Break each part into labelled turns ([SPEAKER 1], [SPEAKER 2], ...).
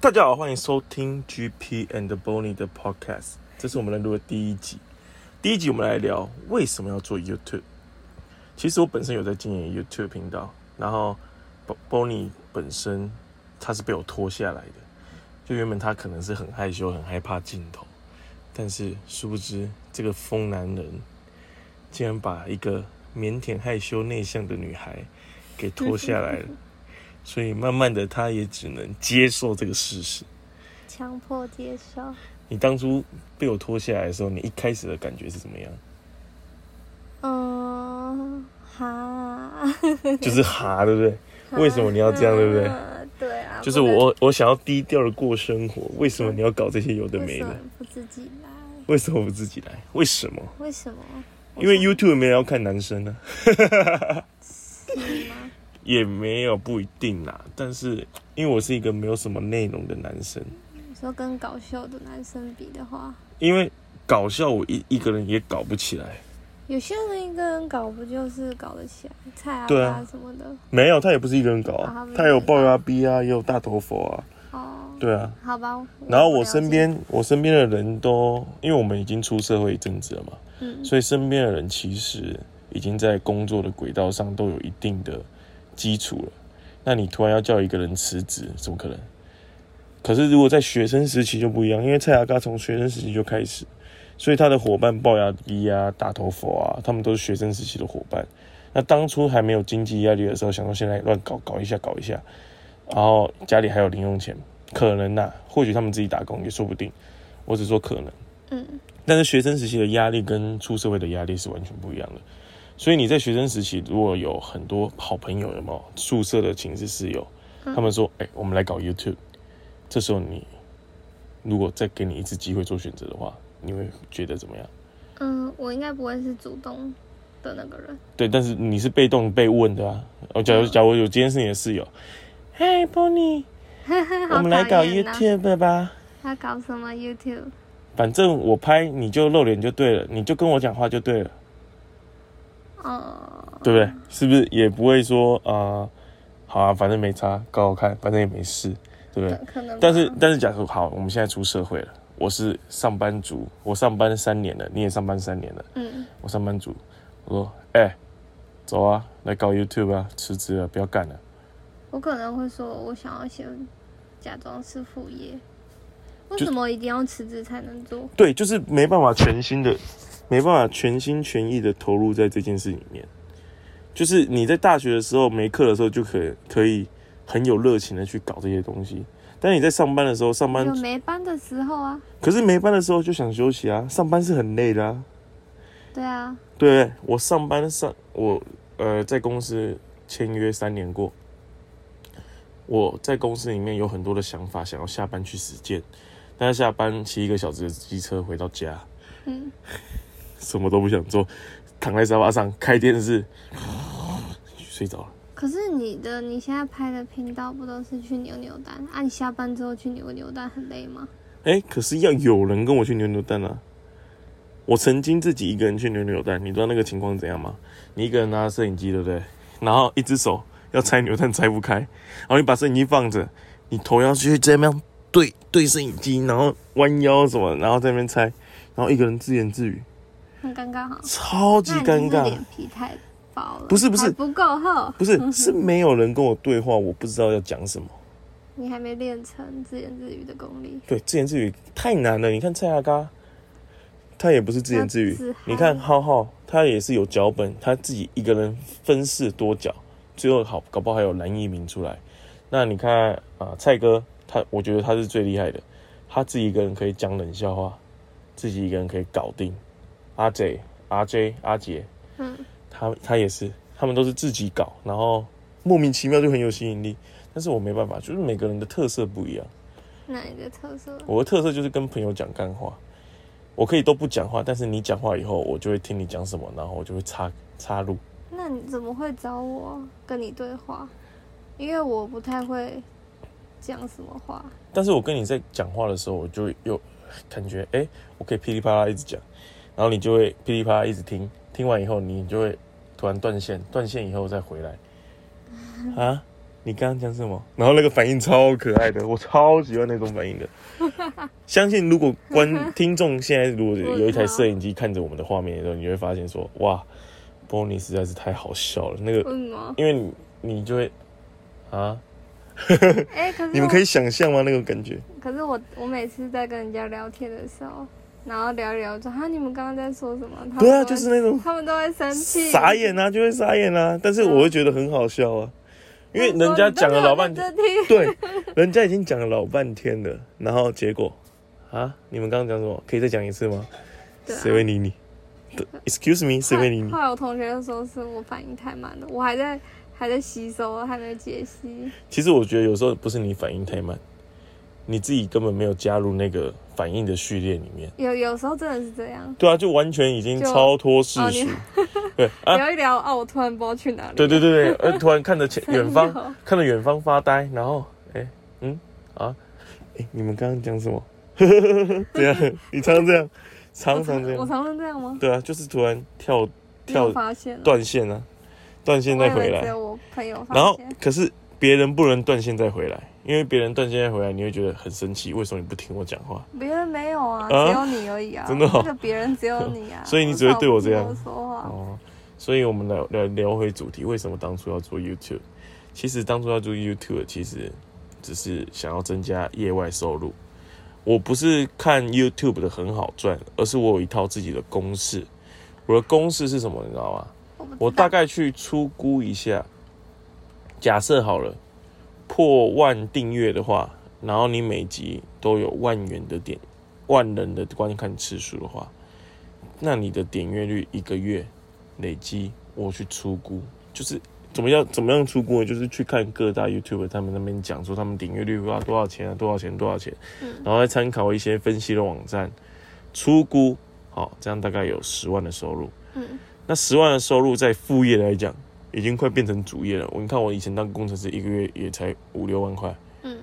[SPEAKER 1] 大家好，欢迎收听 GP and Bonnie 的 Podcast，这是我们来录的第一集。第一集我们来聊为什么要做 YouTube。其实我本身有在经营 YouTube 频道，然后 Bo- Bonnie 本身她是被我拖下来的，就原本她可能是很害羞、很害怕镜头，但是殊不知这个疯男人竟然把一个腼腆、害羞、内向的女孩给拖下来了。所以慢慢的，他也只能接受这个事实。
[SPEAKER 2] 强迫接受，
[SPEAKER 1] 你当初被我拖下来的时候，你一开始的感觉是怎么样？
[SPEAKER 2] 嗯， 哈，
[SPEAKER 1] 就是哈，对不对？为什么你要这样对不对
[SPEAKER 2] 嗯？对啊，
[SPEAKER 1] 就是
[SPEAKER 2] 不能
[SPEAKER 1] 我，我想要低调的过生活，为什么你要搞这些有的没
[SPEAKER 2] 为
[SPEAKER 1] 的
[SPEAKER 2] 什？么不自己来，
[SPEAKER 1] 为什么不自己来？为什么？
[SPEAKER 2] 为什么？
[SPEAKER 1] 因为 YouTube 没人要看男生呢、
[SPEAKER 2] 是吗？
[SPEAKER 1] 也没有不一定啦。但是因为我是一个没有什么内容的男生，
[SPEAKER 2] 你说跟搞笑的男生比的话，
[SPEAKER 1] 因为搞笑我一一个人也搞不起来。
[SPEAKER 2] 有些人一个人搞不就是搞得起来，菜啊
[SPEAKER 1] 对啊
[SPEAKER 2] 爸什么的
[SPEAKER 1] 没有，他也不是一个人搞
[SPEAKER 2] 啊
[SPEAKER 1] 啊
[SPEAKER 2] 不，是
[SPEAKER 1] 他有龅牙逼啊，也有大头佛啊，
[SPEAKER 2] 哦。
[SPEAKER 1] 对啊。
[SPEAKER 2] 好吧。
[SPEAKER 1] 然后我
[SPEAKER 2] 不了解
[SPEAKER 1] 身，边我身边的人都，因为我们已经出社会一阵子了嘛，
[SPEAKER 2] 嗯，
[SPEAKER 1] 所以身边的人其实已经在工作的轨道上都有一定的基础了。那你突然要叫一个人辞职，怎么可能？可是如果在学生时期就不一样，因为蔡雅嘎从学生时期就开始，所以他的伙伴龅牙逼啊、大头佛啊，他们都是学生时期的伙伴。那当初还没有经济压力的时候，想说现在乱搞搞一下搞一下，然后家里还有零用钱，可能呐、或许他们自己打工也说不定。我只说可能。
[SPEAKER 2] 嗯，
[SPEAKER 1] 但是学生时期的压力跟出社会的压力是完全不一样的。所以你在学生时期如果有很多好朋友，有没有宿舍的寝室室友，
[SPEAKER 2] 嗯
[SPEAKER 1] 他们说：“哎、我们来搞 YouTube。”这时候你如果再给你一次机会做选择的话，你会觉得怎么样？
[SPEAKER 2] 嗯，我应该不会是主动的那个人，
[SPEAKER 1] 对，但是你是被动被问的啊。哦，假如
[SPEAKER 2] 嗯
[SPEAKER 1] 假如有今天是你的室友，嗨，Bonnie，我们来
[SPEAKER 2] 好
[SPEAKER 1] 搞
[SPEAKER 2] 讨厌啊
[SPEAKER 1] YouTube 吧。
[SPEAKER 2] 要搞什么 YouTube？
[SPEAKER 1] 反正我拍你就露脸就对了，你就跟我讲话就对了，
[SPEAKER 2] 哦，
[SPEAKER 1] 对不对？是不是也不会说啊、呃好啊，反正没差，搞搞看，反正也没事，对不对？
[SPEAKER 2] 对，可能吧。
[SPEAKER 1] 但是但是，假如好，我们现在出社会了，我是上班族，我上班三年了，你也上班三年了，
[SPEAKER 2] 嗯，
[SPEAKER 1] 我上班族，我说，哎、走啊，来搞 YouTube 啊，辞职了，不要干了。
[SPEAKER 2] 我可能会说，我想要先假装是副业。为
[SPEAKER 1] 就
[SPEAKER 2] 什么一定要辞职才能做？
[SPEAKER 1] 对，就是没办法全心的，没办法全心全意的投入在这件事里面。就是你在大学的时候没课的时候，就可可以很有热情的去搞这些东西。但你在上班的时候，上班
[SPEAKER 2] 有没班的时候啊，
[SPEAKER 1] 可是没班的时候就想休息啊，上班是很累的啊。
[SPEAKER 2] 对啊，
[SPEAKER 1] 对不对，我上班上我呃在公司签约三年过，我在公司里面有很多的想法，想要下班去实践，但是下班骑一个小时的机车回到家，
[SPEAKER 2] 嗯，
[SPEAKER 1] 什么都不想做，躺在沙发上开电视， 睡着了。
[SPEAKER 2] 可是你的你现在拍的频道不都是去扭扭蛋？啊，你下班之后去扭扭蛋很累吗？
[SPEAKER 1] 哎、可是要有人跟我去扭扭蛋啊！我曾经自己一个人去扭扭蛋，你知道那个情况怎样吗？你一个人拿着摄影机，对不对？然后一只手要拆扭蛋拆不开，然后你把摄影机放着，你头要去这边对对摄影机，然后弯腰什么，然后在那边拆，然后一个人自言自语，
[SPEAKER 2] 很尴尬哈，
[SPEAKER 1] 超级
[SPEAKER 2] 那你
[SPEAKER 1] 尴
[SPEAKER 2] 就是
[SPEAKER 1] 尬。
[SPEAKER 2] 脸皮太薄了，
[SPEAKER 1] 不是不是
[SPEAKER 2] 还不够厚，
[SPEAKER 1] 不是，是没有人跟我对话，我不知道要讲什么。
[SPEAKER 2] 你还没练成自言自语的功力。
[SPEAKER 1] 对，自言自语太难了。你看蔡阿嘎，他也不是自言自
[SPEAKER 2] 他自
[SPEAKER 1] 语
[SPEAKER 2] 嗨。
[SPEAKER 1] 你看浩浩，他也是有脚本，他自己一个人分饰多角，最后好搞不好还有蓝一鸣出来。那你看啊、蔡哥，他我觉得他是最厉害的，他自己一个人可以讲冷笑话，自己一个人可以搞定。阿 J、阿 J、阿杰，
[SPEAKER 2] 嗯，
[SPEAKER 1] 他他也是，他们都是自己搞，然后莫名其妙就很有吸引力。但是我没办法，就是每个人的特色不一样。
[SPEAKER 2] 那你的特色
[SPEAKER 1] 我的特色就是跟朋友讲干话，我可以都不讲话，但是你讲话以后，我就会听你讲什么，然后我就会插插入。
[SPEAKER 2] 那你怎么会找我跟你对话？因为我不太会讲什么话。
[SPEAKER 1] 但是我跟你在讲话的时候，我就又感觉哎、诶我可以噼里啪啦一直讲，然后你就会噼里啪啦一直听， 听完以后你就会突然断线，断线以后再回来，啊，你刚刚讲什么？然后那个反应超可爱的，我超喜欢那种反 应的。相信如果观听众现在如果有一台摄影机看着我们的画面的时候，你会发现说，哇，Bonnie 实在是太好笑了。那个，
[SPEAKER 2] 为什么？
[SPEAKER 1] 因为你你就会啊，
[SPEAKER 2] 哎、可是我
[SPEAKER 1] 你们可以想象吗？那种感觉，
[SPEAKER 2] 可是我我每次在跟人家聊天的时候，然后聊一聊就啊哈，你们刚刚在说什么？他们
[SPEAKER 1] 对啊，
[SPEAKER 2] 都会
[SPEAKER 1] 就是那种
[SPEAKER 2] 他们都会生气，
[SPEAKER 1] 傻眼啊，就会傻眼啊。但是我会觉得很好笑啊，因为人家讲了老半天，
[SPEAKER 2] 天。你都没有认真听
[SPEAKER 1] 对，人家已经讲了老半天了，然后结果啊，你们刚刚讲什么？可以再讲一次吗？
[SPEAKER 2] 对啊
[SPEAKER 1] 谁会理你对？Excuse me，谁会理你
[SPEAKER 2] 后？来我同学就说是我反应太慢了，我还在还在吸收，还没解析。
[SPEAKER 1] 其实我觉得有时候不是你反应太慢，你自己根本没有加入那个反应的序列里面。
[SPEAKER 2] 有有时候真的是这样，
[SPEAKER 1] 对啊，就完全已经
[SPEAKER 2] 就哦
[SPEAKER 1] 超脱世俗。对啊，
[SPEAKER 2] 聊一聊哦，我突然不知道去哪里。
[SPEAKER 1] 对对对对，呃，突然看着 前
[SPEAKER 2] 真有
[SPEAKER 1] 远方，看着远方发呆，然后，哎、嗯，啊，哎、你们刚刚讲什么？ 这样，你常常这样，常常这
[SPEAKER 2] 我
[SPEAKER 1] 样，
[SPEAKER 2] 常常这样吗？
[SPEAKER 1] 对啊，就是突然跳
[SPEAKER 2] 你有
[SPEAKER 1] 跳
[SPEAKER 2] 发现了，
[SPEAKER 1] 断线啊，断线再
[SPEAKER 2] 我以
[SPEAKER 1] 回
[SPEAKER 2] 为只
[SPEAKER 1] 来，
[SPEAKER 2] 有我朋友发
[SPEAKER 1] 然后
[SPEAKER 2] 现。
[SPEAKER 1] 可是别人不能断线再回来，因为别人断线再回来，你会觉得很生气，为什么你不听我讲话？
[SPEAKER 2] 别人没有啊，
[SPEAKER 1] 啊
[SPEAKER 2] 只有你而已啊。
[SPEAKER 1] 真的哦
[SPEAKER 2] 那个别人只有你 啊。
[SPEAKER 1] 所以你只会对我这样
[SPEAKER 2] 我操我不听我说话，
[SPEAKER 1] 哦，所以我们来来聊回主题，为什么当初要做 YouTube？其实当初要做 YouTube，其实只是想要增加业外收入。我不是看 YouTube 的很好赚，而是我有一套自己的公式。我的公式是什么？你知道吗？
[SPEAKER 2] 我不知道
[SPEAKER 1] 我大概去粗估一下，假设好了，破万订阅的话，然后你每集都有万元的点万人的观看次数的话，那你的点阅率一个月累积，我去粗估，就是怎么样怎么样粗估呢，就是去看各大 YouTube 他们那边讲说他们点阅率啊多少钱啊多少钱多少钱，
[SPEAKER 2] 嗯
[SPEAKER 1] 然后再参考一些分析的网站，粗估，好，这样大概有十万的收入。
[SPEAKER 2] 嗯
[SPEAKER 1] 那十万的收入在副业来讲，已经快变成主业了。我你看，我以前当工程师，一个月也才五六万块，
[SPEAKER 2] 嗯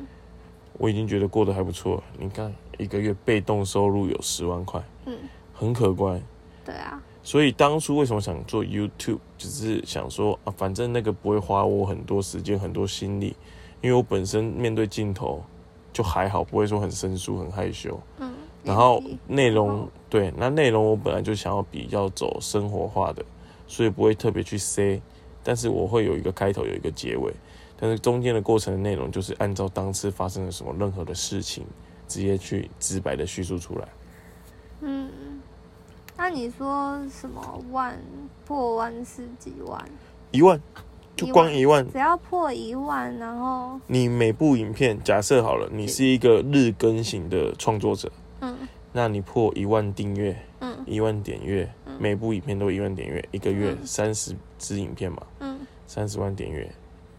[SPEAKER 1] 我已经觉得过得还不错了。你看，一个月被动收入有十万块，
[SPEAKER 2] 嗯，
[SPEAKER 1] 很可观。
[SPEAKER 2] 对啊，
[SPEAKER 1] 所以当初为什么想做 YouTube，只是想说啊，反正那个不会花我很多时间、很多心力，因为我本身面对镜头就还好，不会说很生疏、很害羞。
[SPEAKER 2] 嗯。
[SPEAKER 1] 然后
[SPEAKER 2] 也可以
[SPEAKER 1] 内容
[SPEAKER 2] 哦
[SPEAKER 1] 对，那内容我本来就想要比较走生活化的，所以不会特别去塞，但是我会有一个开头，有一个结尾，但是中间的过程的内容就是按照当次发生了什么任何的事情，直接去直白的叙述出来。
[SPEAKER 2] 嗯，那你说什么万破万是几万？
[SPEAKER 1] 一万，就
[SPEAKER 2] 一
[SPEAKER 1] 光
[SPEAKER 2] 万
[SPEAKER 1] 一万，
[SPEAKER 2] 只要破一万，然后
[SPEAKER 1] 你每部影片假设好了，你是一个日更型的创作者，
[SPEAKER 2] 嗯
[SPEAKER 1] 那你破一万订阅，
[SPEAKER 2] 嗯
[SPEAKER 1] 一万点阅，每部影片都一万点阅，一个月
[SPEAKER 2] 嗯
[SPEAKER 1] 三十支影片嘛，
[SPEAKER 2] 嗯
[SPEAKER 1] 三十万点阅，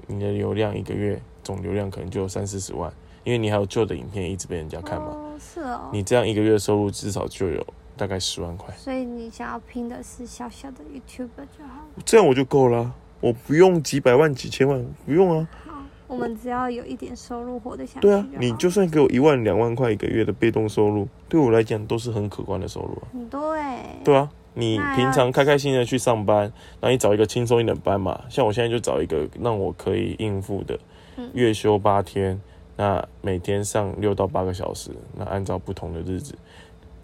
[SPEAKER 1] 你的流量一个月总流量可能就有三四十万，因为你还有旧的影片一直被人家看嘛。
[SPEAKER 2] 哦，是哦。
[SPEAKER 1] 你这样一个月收入至少就有大概十万块，
[SPEAKER 2] 所以你想要拼的是小小的 YouTube 就好了。
[SPEAKER 1] 这样我就够了啊，我不用几百万、几千万，不用啊。
[SPEAKER 2] 好，我们只要有一点收入活得下去
[SPEAKER 1] 对
[SPEAKER 2] 好
[SPEAKER 1] 啊，你就算给我一万、两万块一个月的被动收入，对我来讲都是很可观的收入啊。
[SPEAKER 2] 很多哎。
[SPEAKER 1] 对啊，你
[SPEAKER 2] 那要
[SPEAKER 1] 平常开开心心的去上班，然后你找一个轻松一点的班嘛。像我现在就找一个让我可以应付的，
[SPEAKER 2] 嗯
[SPEAKER 1] 月休八天，那每天上六到八个小时，那按照不同的日子，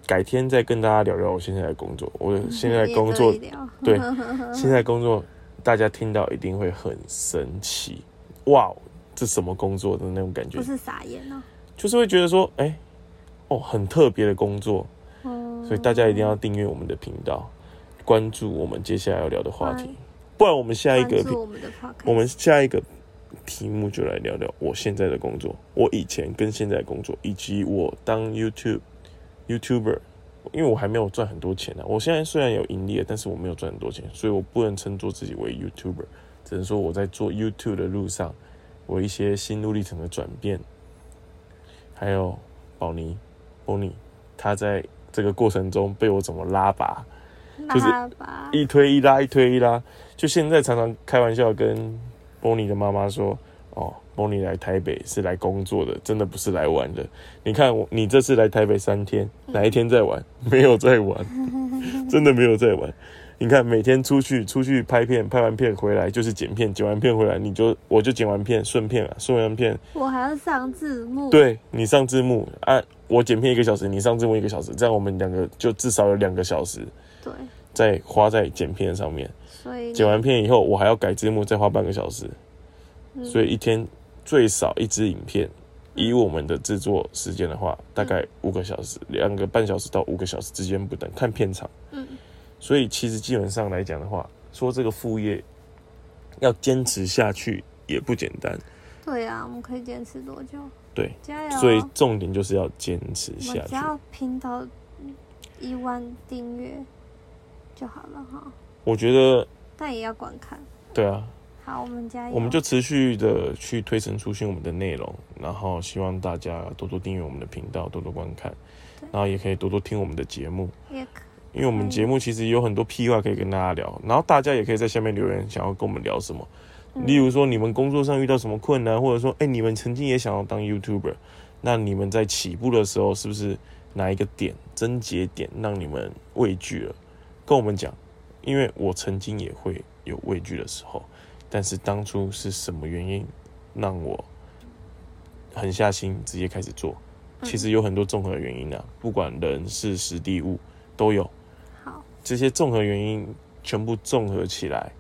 [SPEAKER 1] 改天再跟大家聊聊我现在的工作。我
[SPEAKER 2] 嗯，
[SPEAKER 1] 现在
[SPEAKER 2] 也
[SPEAKER 1] 的工
[SPEAKER 2] 可
[SPEAKER 1] 作
[SPEAKER 2] 以，聊
[SPEAKER 1] 对，现在的工作大家听到一定会很神奇，哇，这什么工作的那种感觉
[SPEAKER 2] 不，是傻眼哦。
[SPEAKER 1] 就是会觉得说，哎、哦，很特别的工作，
[SPEAKER 2] 嗯
[SPEAKER 1] 所以大家一定要订阅我们的频道，关注我们接下来要聊的话题
[SPEAKER 2] 关。
[SPEAKER 1] 不然我们下一个
[SPEAKER 2] 关注
[SPEAKER 1] 频，
[SPEAKER 2] 我们的 podcast，
[SPEAKER 1] 我们下一个题目就来聊聊我现在的工作，我以前跟现在的工作，以及我当 YouTube YouTuber。因为我还没有赚很多钱呢、啊我现在虽然有盈利了，但是我没有赚很多钱，所以我不能称作自己为 YouTuber，只能说我在做 YouTube 的路上，我一些心路历程的转变，还有宝妮 Bonnie，他在这个过程中被我怎么拉拔，就是
[SPEAKER 2] 拉吧。
[SPEAKER 1] 一推一拉，一推一拉。就现在常常开玩笑跟 Bonnie 的妈妈说：“哦，Bonnie 来台北是来工作的，真的不是来玩的。你看我，你 这次来台北三天，哪一天在玩？没有在玩，真的没有在玩。你看每天出去出去拍片，拍完片回来就是剪片，剪完片回来你就我就剪完片顺片了，啊顺完片
[SPEAKER 2] 我还要上字幕，，
[SPEAKER 1] 对你上字幕啊，我剪片一个小时，你上字幕一个小时，这样我们两个就至少有两个小时
[SPEAKER 2] 对，
[SPEAKER 1] 在花在剪片上面。
[SPEAKER 2] 所以你
[SPEAKER 1] 剪完片以后，我还要改字幕，再花半个小时，
[SPEAKER 2] 嗯
[SPEAKER 1] 所以一天最少一支影片。以我们的制作时间的话，大概五个小时，两个半小时到五个小时之间不等，看片场。
[SPEAKER 2] 嗯
[SPEAKER 1] 所以其实基本上来讲的话，说这个副业要坚持下去也不简单。
[SPEAKER 2] 对啊，我们可以坚持多久？
[SPEAKER 1] 对，
[SPEAKER 2] 加油！
[SPEAKER 1] 所以重点就是要坚持
[SPEAKER 2] 啊我
[SPEAKER 1] 下
[SPEAKER 2] 们只
[SPEAKER 1] 去。
[SPEAKER 2] 要拼到一万订阅就好了哈，
[SPEAKER 1] 我觉得，
[SPEAKER 2] 但也要观看。
[SPEAKER 1] 对啊，
[SPEAKER 2] 好，我们加油。
[SPEAKER 1] 我们就持续的去推陈出新我们的内容，然后希望大家多多订阅我们的频道，多多观看
[SPEAKER 2] 对，
[SPEAKER 1] 然后也可以多多听我们的节目，
[SPEAKER 2] 也可
[SPEAKER 1] 因为我们
[SPEAKER 2] 嗯
[SPEAKER 1] 节目其实有很多屁话可以跟大家聊，然后大家也可以在下面留言，想要跟我们聊什么，
[SPEAKER 2] 嗯
[SPEAKER 1] 例如说你们工作上遇到什么困难，或者说哎、你们曾经也想要当 YouTuber，那你们在起步的时候是不是哪一个点症结点让你们畏惧了？跟我们讲，因为我曾经也会有畏惧的时候，但是当初是什么原因让我狠下心直接开始做？
[SPEAKER 2] 嗯
[SPEAKER 1] 其实有很多综合原因啊，不管人、事、时、地、物都有。
[SPEAKER 2] 好，
[SPEAKER 1] 这些综合原因全部综合起来，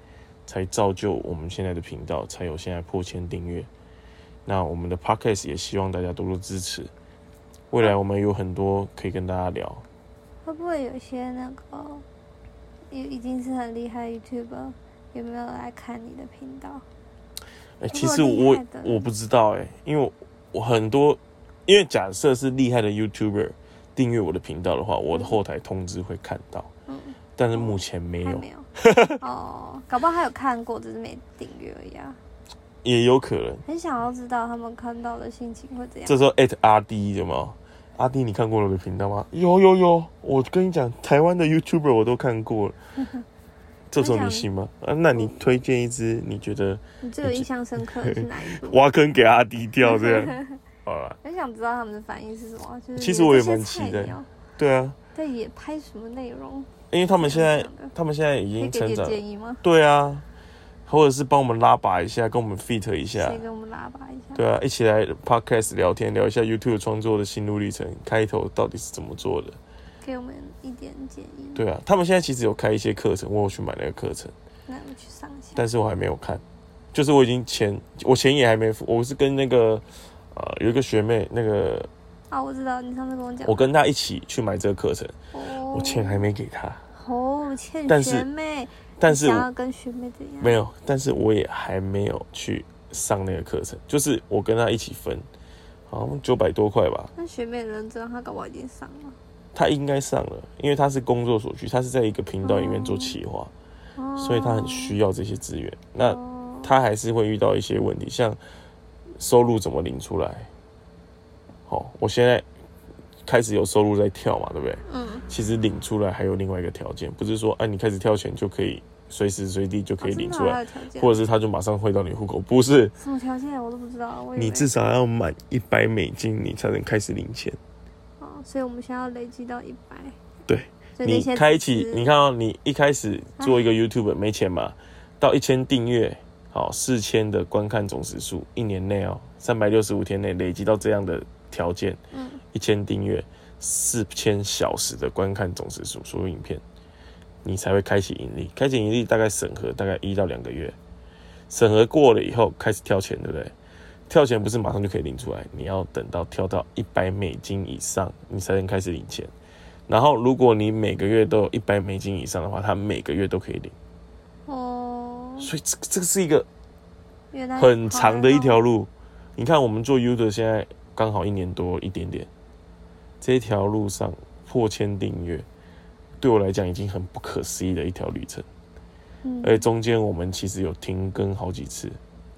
[SPEAKER 1] 才造就我们现在的频道，才有现在破千订阅。那我们的 podcast 也希望大家多多支持。未来我们有很多可以跟大家聊，
[SPEAKER 2] 会不会有些那个也已经是很厉害的 YouTuber 有没有来看你的频道？
[SPEAKER 1] 哎、
[SPEAKER 2] 如果
[SPEAKER 1] 其实
[SPEAKER 2] 厉
[SPEAKER 1] 我
[SPEAKER 2] 害的
[SPEAKER 1] 我不知道哎、因为我我很多，因为假设是厉害的 YouTuber 订阅我的频道的话，我的后台通知会看到，
[SPEAKER 2] 嗯，
[SPEAKER 1] 但是目前没
[SPEAKER 2] 还
[SPEAKER 1] 有，
[SPEAKER 2] 没 有。哦，搞不好他有看过，只是没订阅而已啊。
[SPEAKER 1] 也有可能。
[SPEAKER 2] 很想要知道他们看到的心情会怎样。
[SPEAKER 1] 这时候 at 阿 D 有没有？阿 D，你看过我的频道吗？有有有，我跟你讲，台湾的 YouTuber 我都看过了。这时候你信吗？啊，那你推荐一支你觉得
[SPEAKER 2] 你最有印象深刻的是哪 一部？
[SPEAKER 1] 挖坑给阿 D 跳这样？好了，
[SPEAKER 2] 很想知道他们的反应是什么。就是
[SPEAKER 1] 其实我也蛮
[SPEAKER 2] 这些菜
[SPEAKER 1] 期待
[SPEAKER 2] 鸟
[SPEAKER 1] 对啊，
[SPEAKER 2] 在也拍什么内容？
[SPEAKER 1] 因为他们现在
[SPEAKER 2] 这样的
[SPEAKER 1] 他们现在已
[SPEAKER 2] 可
[SPEAKER 1] 经
[SPEAKER 2] 以给
[SPEAKER 1] 成
[SPEAKER 2] 点
[SPEAKER 1] 长，
[SPEAKER 2] 建议吗？
[SPEAKER 1] 对啊，或者是帮我们拉拔一下，跟我们 fit 一下
[SPEAKER 2] 谁，给我们拉拔一下？
[SPEAKER 1] 对啊，一起来 podcast 聊天，聊一下 YouTube 创作的心路历程，开头到底是怎么做的？
[SPEAKER 2] 给我们一点建议。，
[SPEAKER 1] 对啊，他们现在其实有开一些课程，我有去买那个课程。
[SPEAKER 2] 那我去上一下。
[SPEAKER 1] 但是我还没有看，就是我已经钱，我钱也还没付，我是跟那个呃有一个学妹，那个
[SPEAKER 2] 啊，我知道你上次跟我讲，
[SPEAKER 1] 我跟她一起去买这个课程，
[SPEAKER 2] 哦
[SPEAKER 1] 我钱还没给她，
[SPEAKER 2] 哦，欠
[SPEAKER 1] 但是
[SPEAKER 2] 学妹，
[SPEAKER 1] 但是
[SPEAKER 2] 你想
[SPEAKER 1] 我
[SPEAKER 2] 要跟学妹怎样？
[SPEAKER 1] 没有，但是我也还没有去上那个课程，就是我跟她一起分，好像九百多块吧，
[SPEAKER 2] 那学妹认真，她搞不好已经上了。
[SPEAKER 1] 她应该上了，因为她是工作所需，她是在一个频道里面做
[SPEAKER 2] 哦
[SPEAKER 1] 企划，
[SPEAKER 2] 哦、
[SPEAKER 1] 所以她很需要这些资源，那
[SPEAKER 2] 哦
[SPEAKER 1] 他还是会遇到一些问题，像收入怎么领出来。好、我现在开始有收入在跳嘛，对不对？
[SPEAKER 2] 嗯，
[SPEAKER 1] 其实领出来还有另外一个条件，不是说啊你开始跳钱就可以随时随地就可以领出来，
[SPEAKER 2] 哦真的啊、还有条件
[SPEAKER 1] 或者是他就马上汇到你户口，不是？
[SPEAKER 2] 什么条件我都不知道。我以为
[SPEAKER 1] 你至少要满一百美金，你才能开始领钱。
[SPEAKER 2] 哦，所以我们现在要累积到一百。
[SPEAKER 1] 对，
[SPEAKER 2] 所以那
[SPEAKER 1] 你
[SPEAKER 2] 些啊
[SPEAKER 1] 开启
[SPEAKER 2] 资，
[SPEAKER 1] 你看哦，你一开始做一个 YouTube 没钱嘛，到一千订阅，好四千的观看总时数，一年内哦，三百六十五天内累积到这样的条件，
[SPEAKER 2] 嗯，
[SPEAKER 1] 一千订阅，四千小时的观看总时数，所有影片，你才会开启盈利。开启盈利大概审核大概一到两个月，审核过了以后开始跳钱，对不对？跳钱不是马上就可以领出来，你要等到跳到一百美金以上，你才能开始领钱。然后，如果你每个月都有一百美金以上的话，他每个月都可以领。
[SPEAKER 2] 哦，
[SPEAKER 1] 所以这这个是一个
[SPEAKER 2] 原来
[SPEAKER 1] 很长的一条
[SPEAKER 2] 好哦
[SPEAKER 1] 路。你看，我们做 U 的现在刚好一年多一点点，这条路上破千订阅，对我来讲已经很不可思议的一条旅程。
[SPEAKER 2] 难哦，
[SPEAKER 1] 而且中间我们其实有停更好几次，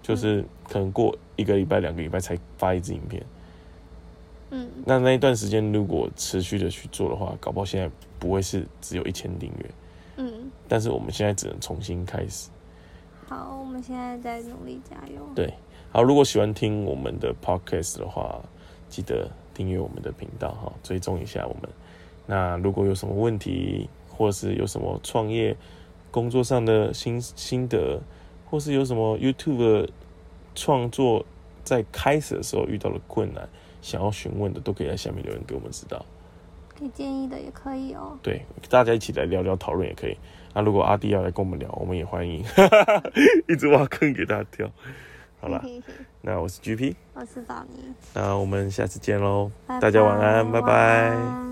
[SPEAKER 1] 就是可能过一个礼拜、两个礼拜才发一支影片。
[SPEAKER 2] 嗯嗯，
[SPEAKER 1] 那那一段时间如果持续的去做的话，搞不好现在不会是只有一千订阅，
[SPEAKER 2] 嗯，
[SPEAKER 1] 但是我们现在只能重新开始。
[SPEAKER 2] 好，我们现在在努力加油。
[SPEAKER 1] 对好，如果喜欢听我们的 podcast 的话，记得订阅我们的频道哈，追踪一下我们。那如果有什么问题，或是有什么创业工作上的心心得，或是有什么 YouTube 的创作在开始的时候遇到了困难，想要询问的，都可以在下面留言给我们知道。
[SPEAKER 2] 可以建议的也可以哦。
[SPEAKER 1] 对，大家一起来聊聊讨论也可以。那如果阿弟要来跟我们聊，我们也欢迎， 一直挖坑给他跳。好了，
[SPEAKER 2] 嘿嘿嘿，
[SPEAKER 1] 那我是 GP，
[SPEAKER 2] 我是宝妮，
[SPEAKER 1] 那我们下次见喽。
[SPEAKER 2] 拜
[SPEAKER 1] 大家晚安
[SPEAKER 2] 拜
[SPEAKER 1] 拜拜
[SPEAKER 2] 晚安